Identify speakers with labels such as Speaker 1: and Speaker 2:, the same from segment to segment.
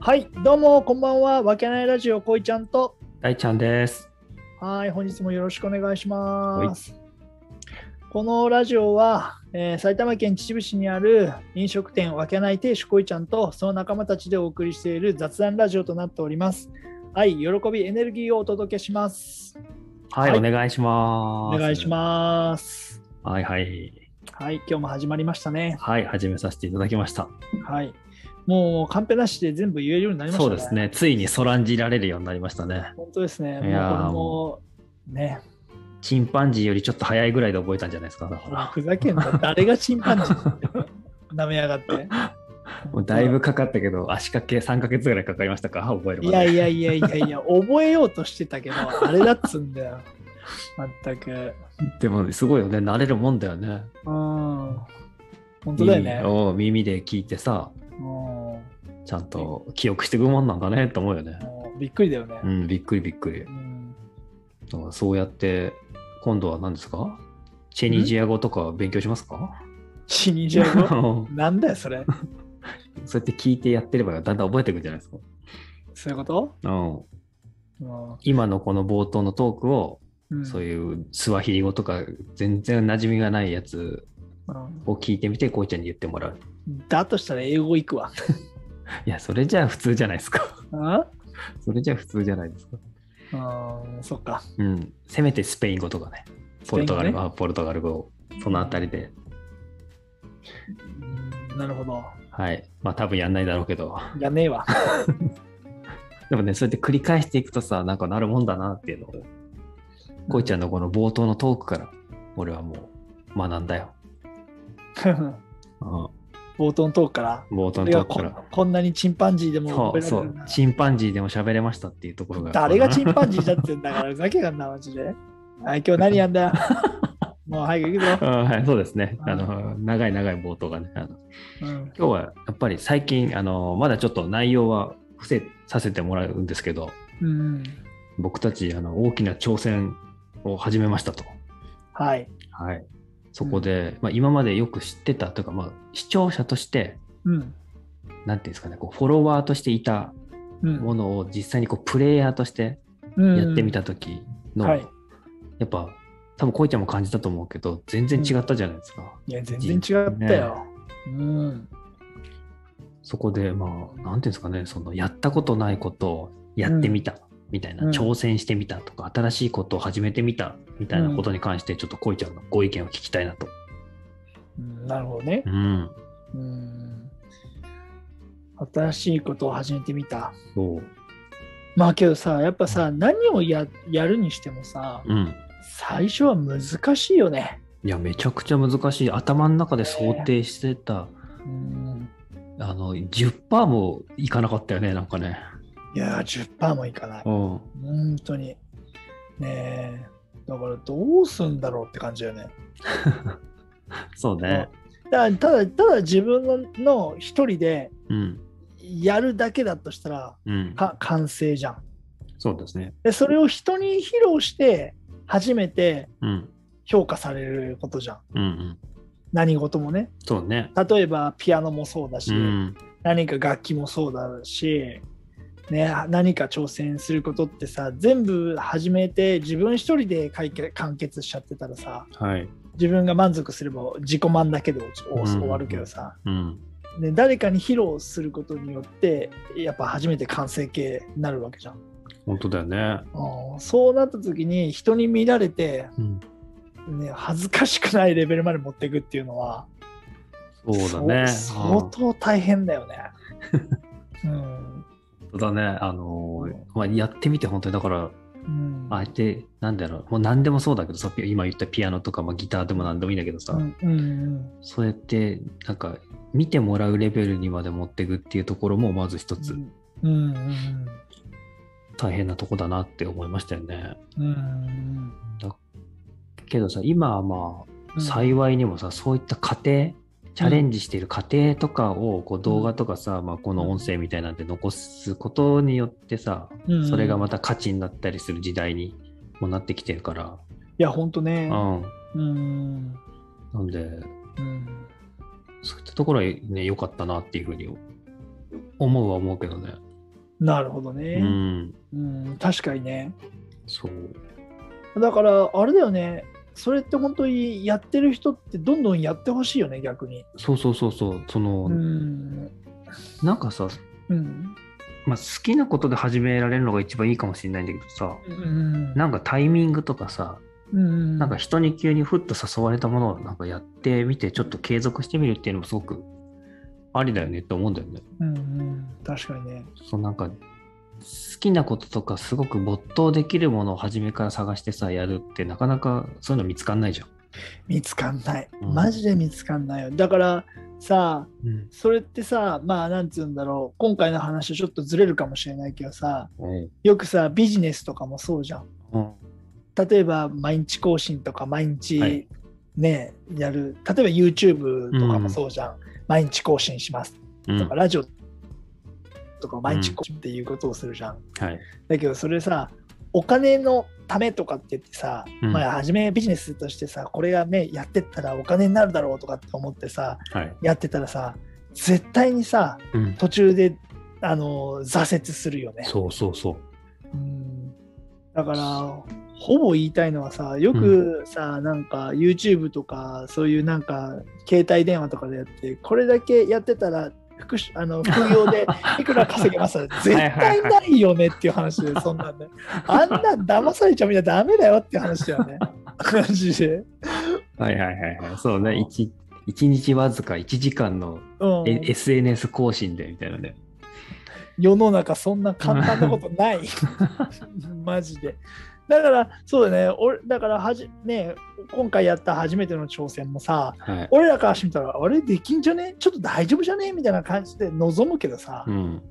Speaker 1: はい、どうも、こんばんは。わけないラジオ、こいちゃんと。
Speaker 2: 大ちゃんです。
Speaker 1: はい、本日もよろしくお願いします。このラジオは、えー埼玉県秩父市にある飲食店わけない亭主こいちゃんとその仲間たちでお送りしている雑談ラジオとなっております。愛、喜び、エネルギーをお届けします。
Speaker 2: はい、
Speaker 1: はい
Speaker 2: お願いし
Speaker 1: お
Speaker 2: ます。
Speaker 1: 願いします。
Speaker 2: す。はいはい。
Speaker 1: はい、今日も始まりましたね。
Speaker 2: はい、始めさせていただきました。
Speaker 1: はい。もうカンペなしで全部言えるようになりました
Speaker 2: そ
Speaker 1: ね。
Speaker 2: うです。ね。ついにそらんじられるようになりましたね。
Speaker 1: 本当ですね。
Speaker 2: いやー
Speaker 1: もうこれもね、
Speaker 2: チンパンジーよりちょっと早いぐらいで覚えたんじゃないですか。だか
Speaker 1: ほら
Speaker 2: ら
Speaker 1: ふざけんな。誰がチンパンジーって舐めやがって。
Speaker 2: もうだいぶかかったけど、足掛け3ヶ月ぐらいかかりましたか覚え る
Speaker 1: い
Speaker 2: ま
Speaker 1: や
Speaker 2: で。
Speaker 1: いやいやいやいや、覚えようとしてたけど、あれだっつうんだよ。まったく。うん。
Speaker 2: でもすごいよね。慣れるもんだよね。
Speaker 1: 本当だよ
Speaker 2: 耳
Speaker 1: ね。
Speaker 2: を耳で聞いてさ、
Speaker 1: うんも
Speaker 2: ちゃんと記憶していくもんなんだねと思うよね。
Speaker 1: うびっくりだよね
Speaker 2: う。ん、びっくりびっくり
Speaker 1: う。ん
Speaker 2: だからそうやって、今度は何ですかチェニジア語とか勉強しますか
Speaker 1: 死にじゃうよ なんだよ、それ。
Speaker 2: そうやって聞いてやってればだんだん覚えていくんじゃないですか。
Speaker 1: そういうこと
Speaker 2: うん、
Speaker 1: うん
Speaker 2: 今のこの冒頭のトークを、
Speaker 1: うん。
Speaker 2: そういうスワヒリ語とか全然馴染みがないやつ
Speaker 1: うん
Speaker 2: を聞いてみて、こういちゃんに言ってもらう。
Speaker 1: だとしたら英語行くわ。
Speaker 2: いや、それじゃあ普通じゃないですか。
Speaker 1: うん
Speaker 2: それじゃあ普通じゃないですか。
Speaker 1: うん、そっか。
Speaker 2: うん。せめてスペイン語とかね。ポルトガル
Speaker 1: スペイン
Speaker 2: 語、あポルトガル語、そのあたりで。
Speaker 1: うんなるほど。
Speaker 2: はい。まあ多分やんないだろうけど。
Speaker 1: やねえわ。
Speaker 2: でもね、そうやって繰り返していくとさ、なんかなるもんだなっていうのを、こういちゃんのこの冒頭のトークから、俺はもう学んだよ。うん。
Speaker 1: 冒頭のトークから。
Speaker 2: 冒頭
Speaker 1: こ
Speaker 2: の
Speaker 1: れ
Speaker 2: ト
Speaker 1: が
Speaker 2: ーク
Speaker 1: こ
Speaker 2: か
Speaker 1: ん
Speaker 2: ら。
Speaker 1: こんなにチンパンジーでも
Speaker 2: そう
Speaker 1: 覚え
Speaker 2: そ
Speaker 1: られる
Speaker 2: う
Speaker 1: な。
Speaker 2: チンパンジーでも喋れましたっていうところが
Speaker 1: 誰がチンパンジーだってんだから、ふざけがんな、マジ で。はい、今日何やんだよ。もう早く行くぞ。
Speaker 2: うんはい、そうですね。
Speaker 1: うん
Speaker 2: あの長い長い冒頭がね。あの
Speaker 1: うん
Speaker 2: 今日はやっぱり最近あのまだちょっと内容は伏せさせてもらうんですけど、
Speaker 1: うん。
Speaker 2: 僕たちあの大きな挑戦を始めましたと。
Speaker 1: はい。
Speaker 2: はい。そこで、まあ今までよく知ってたというか、まあ視聴者として
Speaker 1: うん。
Speaker 2: なんていうんですかね、こうフォロワーとしていた
Speaker 1: うん。
Speaker 2: ものを実際にこうプレイヤーとして
Speaker 1: うん
Speaker 2: やってみた時の、
Speaker 1: はい
Speaker 2: やっぱ多分こいちゃんも感じたと思うけど全然違ったじゃないですか、
Speaker 1: いや、全然違ったよ。うん。
Speaker 2: そこでまあ何ていうんですかねそのやったことないことをやってみたみたいな、
Speaker 1: うん
Speaker 2: 挑戦してみたとか新しいことを始めてみたみたいなことに関してちょっとこいちゃんのご意見を聞きたいなと、
Speaker 1: うんなるほどね
Speaker 2: う。ん、
Speaker 1: うん。新しいことを始めてみた。
Speaker 2: そう
Speaker 1: まあけどさ、やっぱさ、何をややるにしてもさ、
Speaker 2: うん
Speaker 1: 最初は難しいよね。
Speaker 2: いやめちゃくちゃ難しい頭の中で想定してた、
Speaker 1: うん。
Speaker 2: あの10%もいかなかったよねなんかね
Speaker 1: いやー、10%もいかない。
Speaker 2: うん
Speaker 1: 本当に。ねえ。だからどうすんだろうって感じだよね。
Speaker 2: そうね
Speaker 1: だただ、ただ自分のの一人で
Speaker 2: うん
Speaker 1: やるだけだとしたら、
Speaker 2: うん
Speaker 1: か完成じゃん。
Speaker 2: そうですね
Speaker 1: で、それを人に披露して、初めて
Speaker 2: うん
Speaker 1: 評価されることじゃん。
Speaker 2: うんうん
Speaker 1: 何事もね。
Speaker 2: そうね
Speaker 1: 例えば、ピアノもそうだし、
Speaker 2: うん
Speaker 1: 何か楽器もそうだし、ね、何か挑戦することってさ、全部始めて、自分一人で解決完結しちゃってたらさ、
Speaker 2: はい
Speaker 1: 自分が満足すれば自己満だけで終わ終わるけどさ、
Speaker 2: うん
Speaker 1: ね、誰かに披露することによってやっぱ初めて完成形になるわけじゃん。
Speaker 2: 本当だよね
Speaker 1: うんそうなった時に人に見られて、
Speaker 2: うん
Speaker 1: ね、恥ずかしくないレベルまで持っていくっていうのは
Speaker 2: そうだね
Speaker 1: そ相当大変だよ ね。うん
Speaker 2: 本当だねあのーまあ、やってみて本当にだから
Speaker 1: うん
Speaker 2: あえてなんだろうもう何でもそうだけどさピ今言ったピアノとか、まあ、ギターでも何でもいいんだけどさ、
Speaker 1: うんうん
Speaker 2: そうやってなんか見てもらうレベルにまで持っていくっていうところもまず一つ
Speaker 1: うんうんうん
Speaker 2: 大変なとこだなって思いましたよね、
Speaker 1: うんうん
Speaker 2: けどさ今はま
Speaker 1: う
Speaker 2: あ
Speaker 1: ん
Speaker 2: 幸いにもさ、そういった過程チャレンジしている過程とかをこう動画とかさ、まあ、この音声みたいなんて残すことによってさ、
Speaker 1: うん
Speaker 2: それがま
Speaker 1: い
Speaker 2: た価値になったりする時代にもなってきてるから、
Speaker 1: やほんとね。
Speaker 2: うん、
Speaker 1: うん
Speaker 2: なんで
Speaker 1: うん
Speaker 2: そういったところはね良かったなっていうふうに思うは思うけどね
Speaker 1: なるほど
Speaker 2: う
Speaker 1: ね。
Speaker 2: ん。
Speaker 1: うん、確かにね。
Speaker 2: そう。
Speaker 1: だから、あれだよね。それって本当にやってる人ってどんどんやってほしいよね、逆に。
Speaker 2: そうそうそうそう。その、
Speaker 1: うん。
Speaker 2: なんかさ、
Speaker 1: うん。
Speaker 2: まあ、好きなことで始められるのが一番いいかもしれないんだけどさ、
Speaker 1: うん。
Speaker 2: なんかタイミングとかさ、
Speaker 1: うん
Speaker 2: なんか人に急にふっと誘われたものをなんかやってみて、ちょっと継続してみるっていうのもすごくありだよねって思うんだよね。
Speaker 1: うんうん、確かにね。
Speaker 2: そうなんか好きなこととかすごく没頭できるものを初めから探してさやるってなかなかそういうの見つかんないじゃん。
Speaker 1: 見つかんない。
Speaker 2: うん
Speaker 1: マジで見つかんないよ。だからさ、
Speaker 2: うん
Speaker 1: それってさ、まあ、なんつうんだろう。今回の話はちょっとずれるかもしれないけどさ、よくさ、ビジネスとかもそうじゃん。例えば、毎日更新とか、毎
Speaker 2: は
Speaker 1: 日
Speaker 2: い
Speaker 1: ね、やる。例えば、YouTube とかもそうじゃん。毎日更新します
Speaker 2: うん
Speaker 1: とか、ラジオとか、毎日更新っていうことをするじゃん。
Speaker 2: はい
Speaker 1: だけどそれさお金のためとかって言ってさ、
Speaker 2: うん
Speaker 1: まあ初めビジネスとしてさこれがねやってったらお金になるだろうとかって思ってさ
Speaker 2: はい
Speaker 1: やってたらさ絶対にさ
Speaker 2: うん
Speaker 1: 途中であの挫折するよね。
Speaker 2: そうそうそう。
Speaker 1: うんだからほぼ言いたいのはさよくさ、なんか YouTube とかそういうなんか携帯電話とかでやってこれだけやってたら副しあの副業 でいくら稼げ ます絶対ないよねっていう話でそんなんねあんなん騙されちゃうみたいなダメだよっていう話だよねマジで、
Speaker 2: はいはいはいはい。そうね。一一日わずか1時間の
Speaker 1: うん、
Speaker 2: え SNS 更新でみたいなね。
Speaker 1: 世の中そんな簡単なこと ないマジでだからそうだね俺だからはじね今回やった初めての挑戦もさ
Speaker 2: はい。
Speaker 1: 俺らからしてみたらあれできんじゃねちょっと大丈夫じゃねみたいな感じで望むけどさ、
Speaker 2: うん。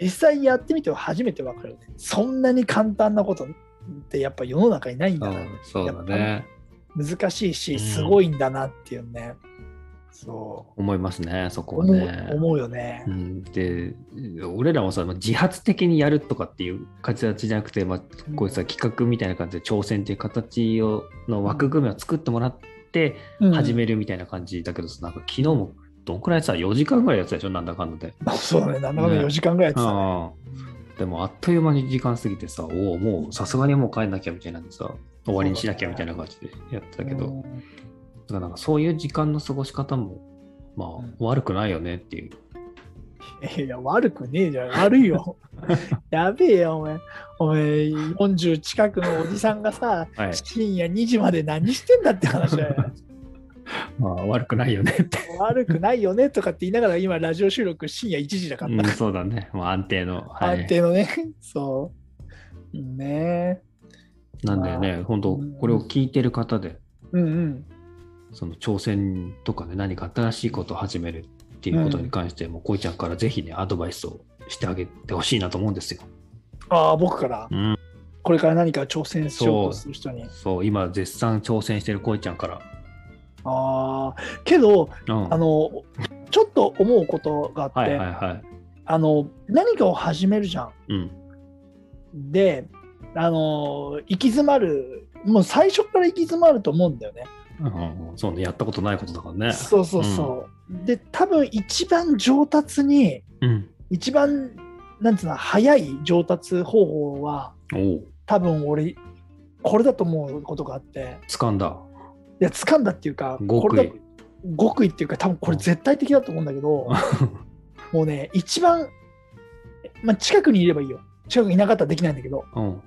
Speaker 1: 実際やってみては初めてわかるよねそんなに簡単なことってやっぱ世の中にないん
Speaker 2: そ
Speaker 1: だ
Speaker 2: う
Speaker 1: な、
Speaker 2: そうだね。
Speaker 1: 難しいし
Speaker 2: うん
Speaker 1: すごいんだなっていうね、そう
Speaker 2: 思いますね、そこは
Speaker 1: 思う,、
Speaker 2: ね。
Speaker 1: 思うよね
Speaker 2: う、ん、で俺らもさまあ自発的にやるとかっていう形じゃなくて、まあ、こういうさ企画みたいな感じで挑戦っていう形をの枠組みを作ってもらって
Speaker 1: うん
Speaker 2: 始めるみたいな感じだけどさ、なんか昨日もどんくらいさ4時間ぐらいやってたでしょなんだかんだで、
Speaker 1: そうだねなんだかんだ4時間ぐらいやってたね
Speaker 2: うんでもあっという間に時間過ぎてさおおもうさすがにもう帰んなきゃみたいなんでさ終わりにしなきゃみたいな感じでやってたけど、
Speaker 1: うん
Speaker 2: だからなんかそういう時間の過ごし方もまあ、
Speaker 1: うん
Speaker 2: 悪くないよねっていう
Speaker 1: いや、悪くねえじゃん。悪い よ。やべえよ、お前。お前、40近くのおじさんがさ、
Speaker 2: はい
Speaker 1: 深夜2時まで何してんだって話だ よ。
Speaker 2: まあ悪くないよねって
Speaker 1: 悪くないよねとかって言いながら、今、ラジオ収録深夜1時だから
Speaker 2: うん、そうだね。まあ、安定の。はい、
Speaker 1: 安定のね。そう。ねえ。
Speaker 2: なんだよね。本当
Speaker 1: うん
Speaker 2: これを聞いてる方で、
Speaker 1: うんうん。
Speaker 2: その挑戦とかね、何か新しいことを始めるっていうことに関して、もう、こいちゃんからぜひね、アドバイスをしてあげてほしいなと思うんですよ。
Speaker 1: ああ、僕から、
Speaker 2: うん。
Speaker 1: これから何か挑戦しようとする人に。
Speaker 2: そう、今、絶賛挑戦してるこいちゃんから。
Speaker 1: ああ、けど、
Speaker 2: うん。
Speaker 1: あの、ちょっと思うことがあって、
Speaker 2: はいはいはい。
Speaker 1: あの、何かを始めるじゃん。
Speaker 2: うん。
Speaker 1: で、あのー行き詰まる、もう最初から行き詰まると思うんだよね。
Speaker 2: うんうんそうね、やったことないことだからね。
Speaker 1: そうそうそう。で、多分一番上達に、
Speaker 2: うん。
Speaker 1: 一番、なんつうの、早い上達方法は、
Speaker 2: おお、
Speaker 1: 多分俺、これだと思うことがあって、
Speaker 2: 掴んだ。
Speaker 1: いや、掴んだっていうか、こ
Speaker 2: 極
Speaker 1: れ
Speaker 2: 意
Speaker 1: だ。極意っていうか、多分これ絶対的だと思うんだけ ど、もうね、一番、まあ、近くにいればいいよ。近くにいなかったらできないんだけど、
Speaker 2: うん。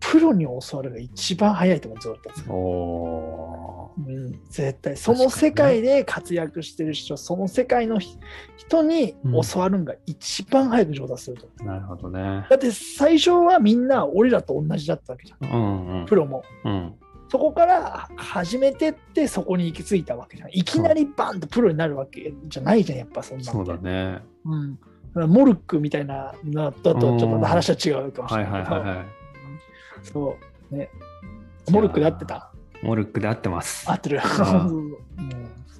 Speaker 1: プロに教わるが一番早いと思う、上達が。
Speaker 2: おお
Speaker 1: うん、絶対その世界で活躍してる人、その世界のひ人に教わるんが一番早く上達すると、
Speaker 2: ー。なるほどね。
Speaker 1: だって最初はみんな俺らと同じだったわけじゃん
Speaker 2: うんうん
Speaker 1: プ。ロも
Speaker 2: うん。
Speaker 1: そこから始めてってそこに行き着いたわけじゃんいきなりバンとプロになるわけじゃないじゃんやっぱそんなの
Speaker 2: そうだね。
Speaker 1: うん、だからモルックみたいなのだとちょっとまた話は違うかもし
Speaker 2: は
Speaker 1: れ
Speaker 2: い
Speaker 1: な
Speaker 2: はいい
Speaker 1: けど、
Speaker 2: はいはい。
Speaker 1: そうねモルックで合ってた
Speaker 2: モルックで合ってます
Speaker 1: 合。って る
Speaker 2: あー
Speaker 1: うん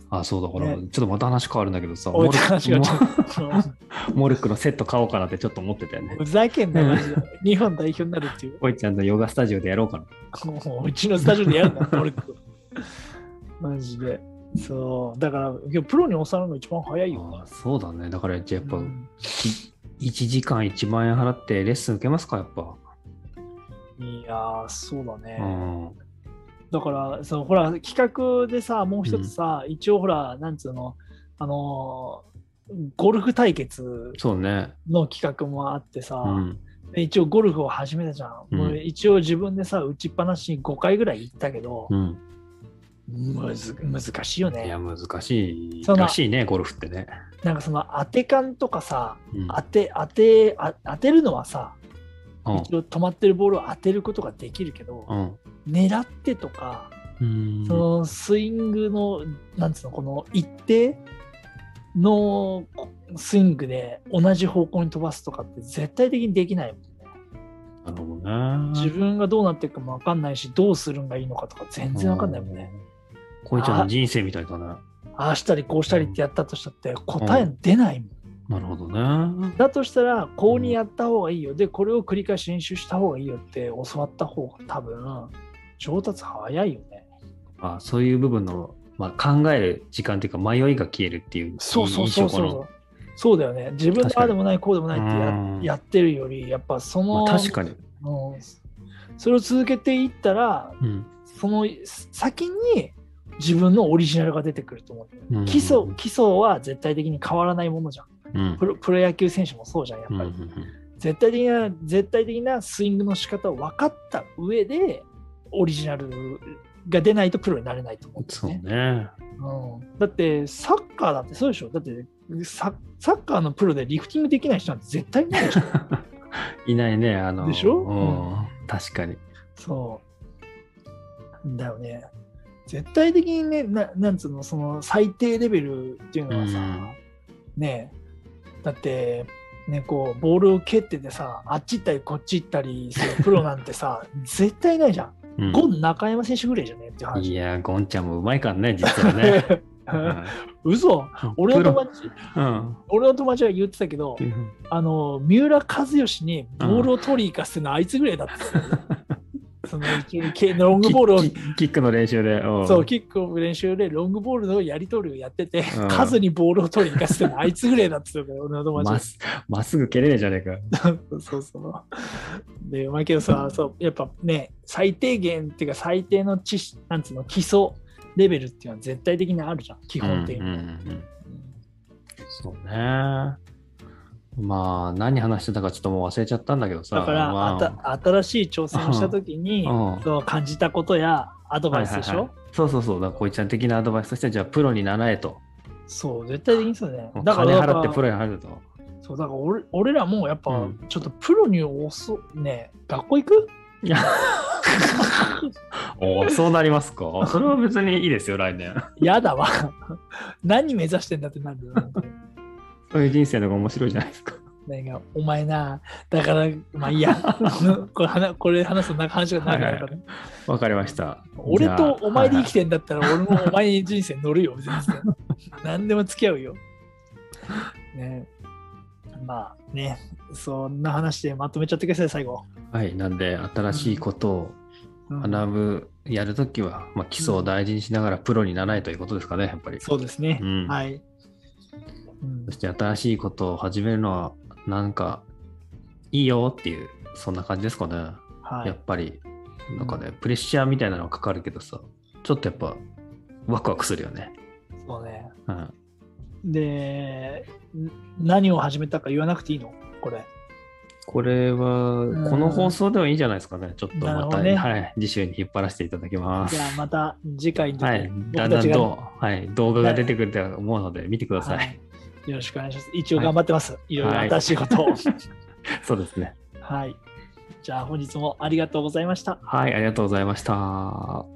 Speaker 2: あ、そうだから、
Speaker 1: ね
Speaker 2: ちょっとまた話変わるんだけどさ、モ
Speaker 1: お
Speaker 2: ル
Speaker 1: い話が
Speaker 2: ッ
Speaker 1: 違
Speaker 2: ク
Speaker 1: う
Speaker 2: モモルックのセット買おうかなって ちょっと思ってたよね
Speaker 1: ふ。ざけんな、マジで。日本代表になるっていう。
Speaker 2: こいちゃんのヨガスタジオでやろうかな。
Speaker 1: もううちのスタジオでやる な、俺と。マジで。そう。だから、いやプロに教わるのが一番早いよ
Speaker 2: あそうだね。だから、じゃあやっぱ、
Speaker 1: うん
Speaker 2: き1時間1万円払ってレッスン受けますか、やっぱ。
Speaker 1: いやー、そうだね。
Speaker 2: うん。
Speaker 1: だから、そのほら、企画でさ、もう一つさ、一応ほら、なんつうの、あのーゴルフ対決
Speaker 2: そうね。
Speaker 1: の企画もあってさ、
Speaker 2: うん。
Speaker 1: で一応ゴルフを始めたじゃん。
Speaker 2: うん
Speaker 1: もう一応自分でさ、打ちっぱなしに5回ぐらい行ったけど、
Speaker 2: うん。
Speaker 1: むず難しいよ
Speaker 2: い
Speaker 1: ね
Speaker 2: や、。難しい
Speaker 1: その
Speaker 2: らしいね、ゴルフってね。
Speaker 1: なんかその当て感とかさ、
Speaker 2: うん。
Speaker 1: 当て、当て、あ当てるのはさ、
Speaker 2: うん
Speaker 1: 一応止まってるボールを当てることができるけど、
Speaker 2: うん。
Speaker 1: 狙ってとか、
Speaker 2: うん
Speaker 1: そのスイングの、なんつうの、この一定のこスイングで同じ方向に飛ばすとかって絶対的にできないもんね。
Speaker 2: なるほどね。
Speaker 1: 自分がどうなっていくかも分かんないし、どうするんがいいのかとか全然分かんないもんね。
Speaker 2: うん。こいちゃんの人生みたいだね。
Speaker 1: ああしたりこうしたりってやったとしたって答え出ないもん。
Speaker 2: なるほどね。
Speaker 1: だとしたら、こうにやった方がいいよ。で、これを繰り返し練習した方がいいよって教わった方が多分、上達早いよね。
Speaker 2: あそういう部分の、まあ、考える時間というか迷いが消えるっていう
Speaker 1: そうそう
Speaker 2: 印
Speaker 1: そう
Speaker 2: 象か
Speaker 1: そ
Speaker 2: な
Speaker 1: うそう。そうだよね。自分
Speaker 2: 確
Speaker 1: で
Speaker 2: か
Speaker 1: あ
Speaker 2: に
Speaker 1: あでもない、こうでもないってや
Speaker 2: うん
Speaker 1: やってるより、やっぱそ
Speaker 2: ま
Speaker 1: の、
Speaker 2: あ、確かに、
Speaker 1: うんそれを続けていったら、
Speaker 2: うん
Speaker 1: その先に自分のオリジナルが出てくると思う、
Speaker 2: うん
Speaker 1: 基礎。基礎は絶対的に変わらないものじゃん。
Speaker 2: うん
Speaker 1: プロプロ野球選手もそうじゃん、やっ
Speaker 2: う
Speaker 1: ぱ
Speaker 2: ん
Speaker 1: り。
Speaker 2: うん
Speaker 1: 絶対的な、絶対的なスイングの仕方を分かった上で、オリジナルが出ないとプロになれないと思う
Speaker 2: う
Speaker 1: んんだ
Speaker 2: そう
Speaker 1: よね。
Speaker 2: ね。
Speaker 1: うんだってサッカーだってそうでしょだってササッカーのプロでリフティングできない人なんて絶対いないでしょ
Speaker 2: いないね。あの
Speaker 1: でしょ
Speaker 2: うん、確かに。
Speaker 1: そうだよね絶対的にねななんつうのその最低レベルっていうのはさ、
Speaker 2: うん
Speaker 1: ねえだってねこうボールを蹴っててさあっち行ったりこっち行ったりするプロなんてさ絶対いないじゃん、
Speaker 2: うん
Speaker 1: ゴン中山選手ぐらいじゃねっていう話
Speaker 2: いや、ゴンちゃんもうまいからね、実 はね。
Speaker 1: 嘘
Speaker 2: うん
Speaker 1: 俺の友達
Speaker 2: プロうん
Speaker 1: 俺の友達が言ってたけど、あの三浦知良にボールを取り行かせてるのはあいつぐらいだったっすよ、 その一緒にロングボールを
Speaker 2: キキキックの練習で。ん
Speaker 1: そうキックオフ練習でロングボールのやり取りをやってて、
Speaker 2: うん
Speaker 1: 数にボールを取りに行かせてるのはあいつぐらいだっつってたよ俺の友
Speaker 2: まっ
Speaker 1: 達
Speaker 2: すまっすぐ蹴れねえじゃねえか。
Speaker 1: そうそうでまあけどさそうやっぱね最低限っていうか最低の知識なんつうの基礎レベルっていうのは絶対的にあるじゃん基本的に、
Speaker 2: うんうんうんうんそうね。まあ、何話してたかちょっともう忘れちゃったんだけどさ。
Speaker 1: だから、
Speaker 2: ま
Speaker 1: あた新しい挑戦をした時に、
Speaker 2: うん
Speaker 1: その感じたことやアドバイスでしょ、
Speaker 2: はいはいはいそうそうそう。だから、こいちゃん的なアドバイスとしては、じゃあ、プロに習えと。
Speaker 1: そう、絶対的にそうだね。
Speaker 2: 金
Speaker 1: だから
Speaker 2: 払ってプ
Speaker 1: ロ
Speaker 2: ロに払 えと。
Speaker 1: そうだから俺俺らもやっぱ、
Speaker 2: うん
Speaker 1: ちょっとプロに遅ね学校行く
Speaker 2: いやおーそうなりますかそれは別にいいですよ、来年。
Speaker 1: やだわ。 何目指してんだってなるよ。本当に
Speaker 2: そういう人生の方が面白いじゃないですか。
Speaker 1: なんかお前な、だから、まあいいや、 これ話これ話すとなんか話が長くなるから、ね
Speaker 2: わかりました。
Speaker 1: 俺とお前で生き
Speaker 2: て
Speaker 1: てんだったら、俺もお前に人生乗るよ、全然。何でも付き合うよ。ね、まあね、そんな話でまとめちゃってください、最後。
Speaker 2: はい、なんで、新しいことを
Speaker 1: うん
Speaker 2: 学ぶ、やるときは、まあ、基礎を大事にしながらプロに習えということですかね、やっぱり。
Speaker 1: そうですね。
Speaker 2: うん
Speaker 1: はい。うん
Speaker 2: そして新しいことを始めるのはなんかいいよっていうそんな感じですかね、
Speaker 1: はい
Speaker 2: やっぱりなんかねプレッシャーみたいなのはかかるけどさちょっとやっぱワクワクするよね、
Speaker 1: そうね。
Speaker 2: うん、
Speaker 1: で、ん何を始めたか言わなくていいのこれ。
Speaker 2: これは
Speaker 1: ん
Speaker 2: この放送ではいいんじゃないですかねちょっと
Speaker 1: なる
Speaker 2: ま
Speaker 1: ほ
Speaker 2: た、
Speaker 1: どね
Speaker 2: はい、次週に引っ張らせていただきま
Speaker 1: じ
Speaker 2: す
Speaker 1: ゃあまた次回に、
Speaker 2: はいだ
Speaker 1: 僕
Speaker 2: んだ
Speaker 1: た
Speaker 2: ん
Speaker 1: ちが、
Speaker 2: と、はい、動画が出てくると思うので見てください、
Speaker 1: はいよろしくお願いします。一応頑張ってます。い、ろいろ新しいことを。
Speaker 2: そうですね
Speaker 1: はい。じゃあ本日もありがとうございました。
Speaker 2: はいありがとうございました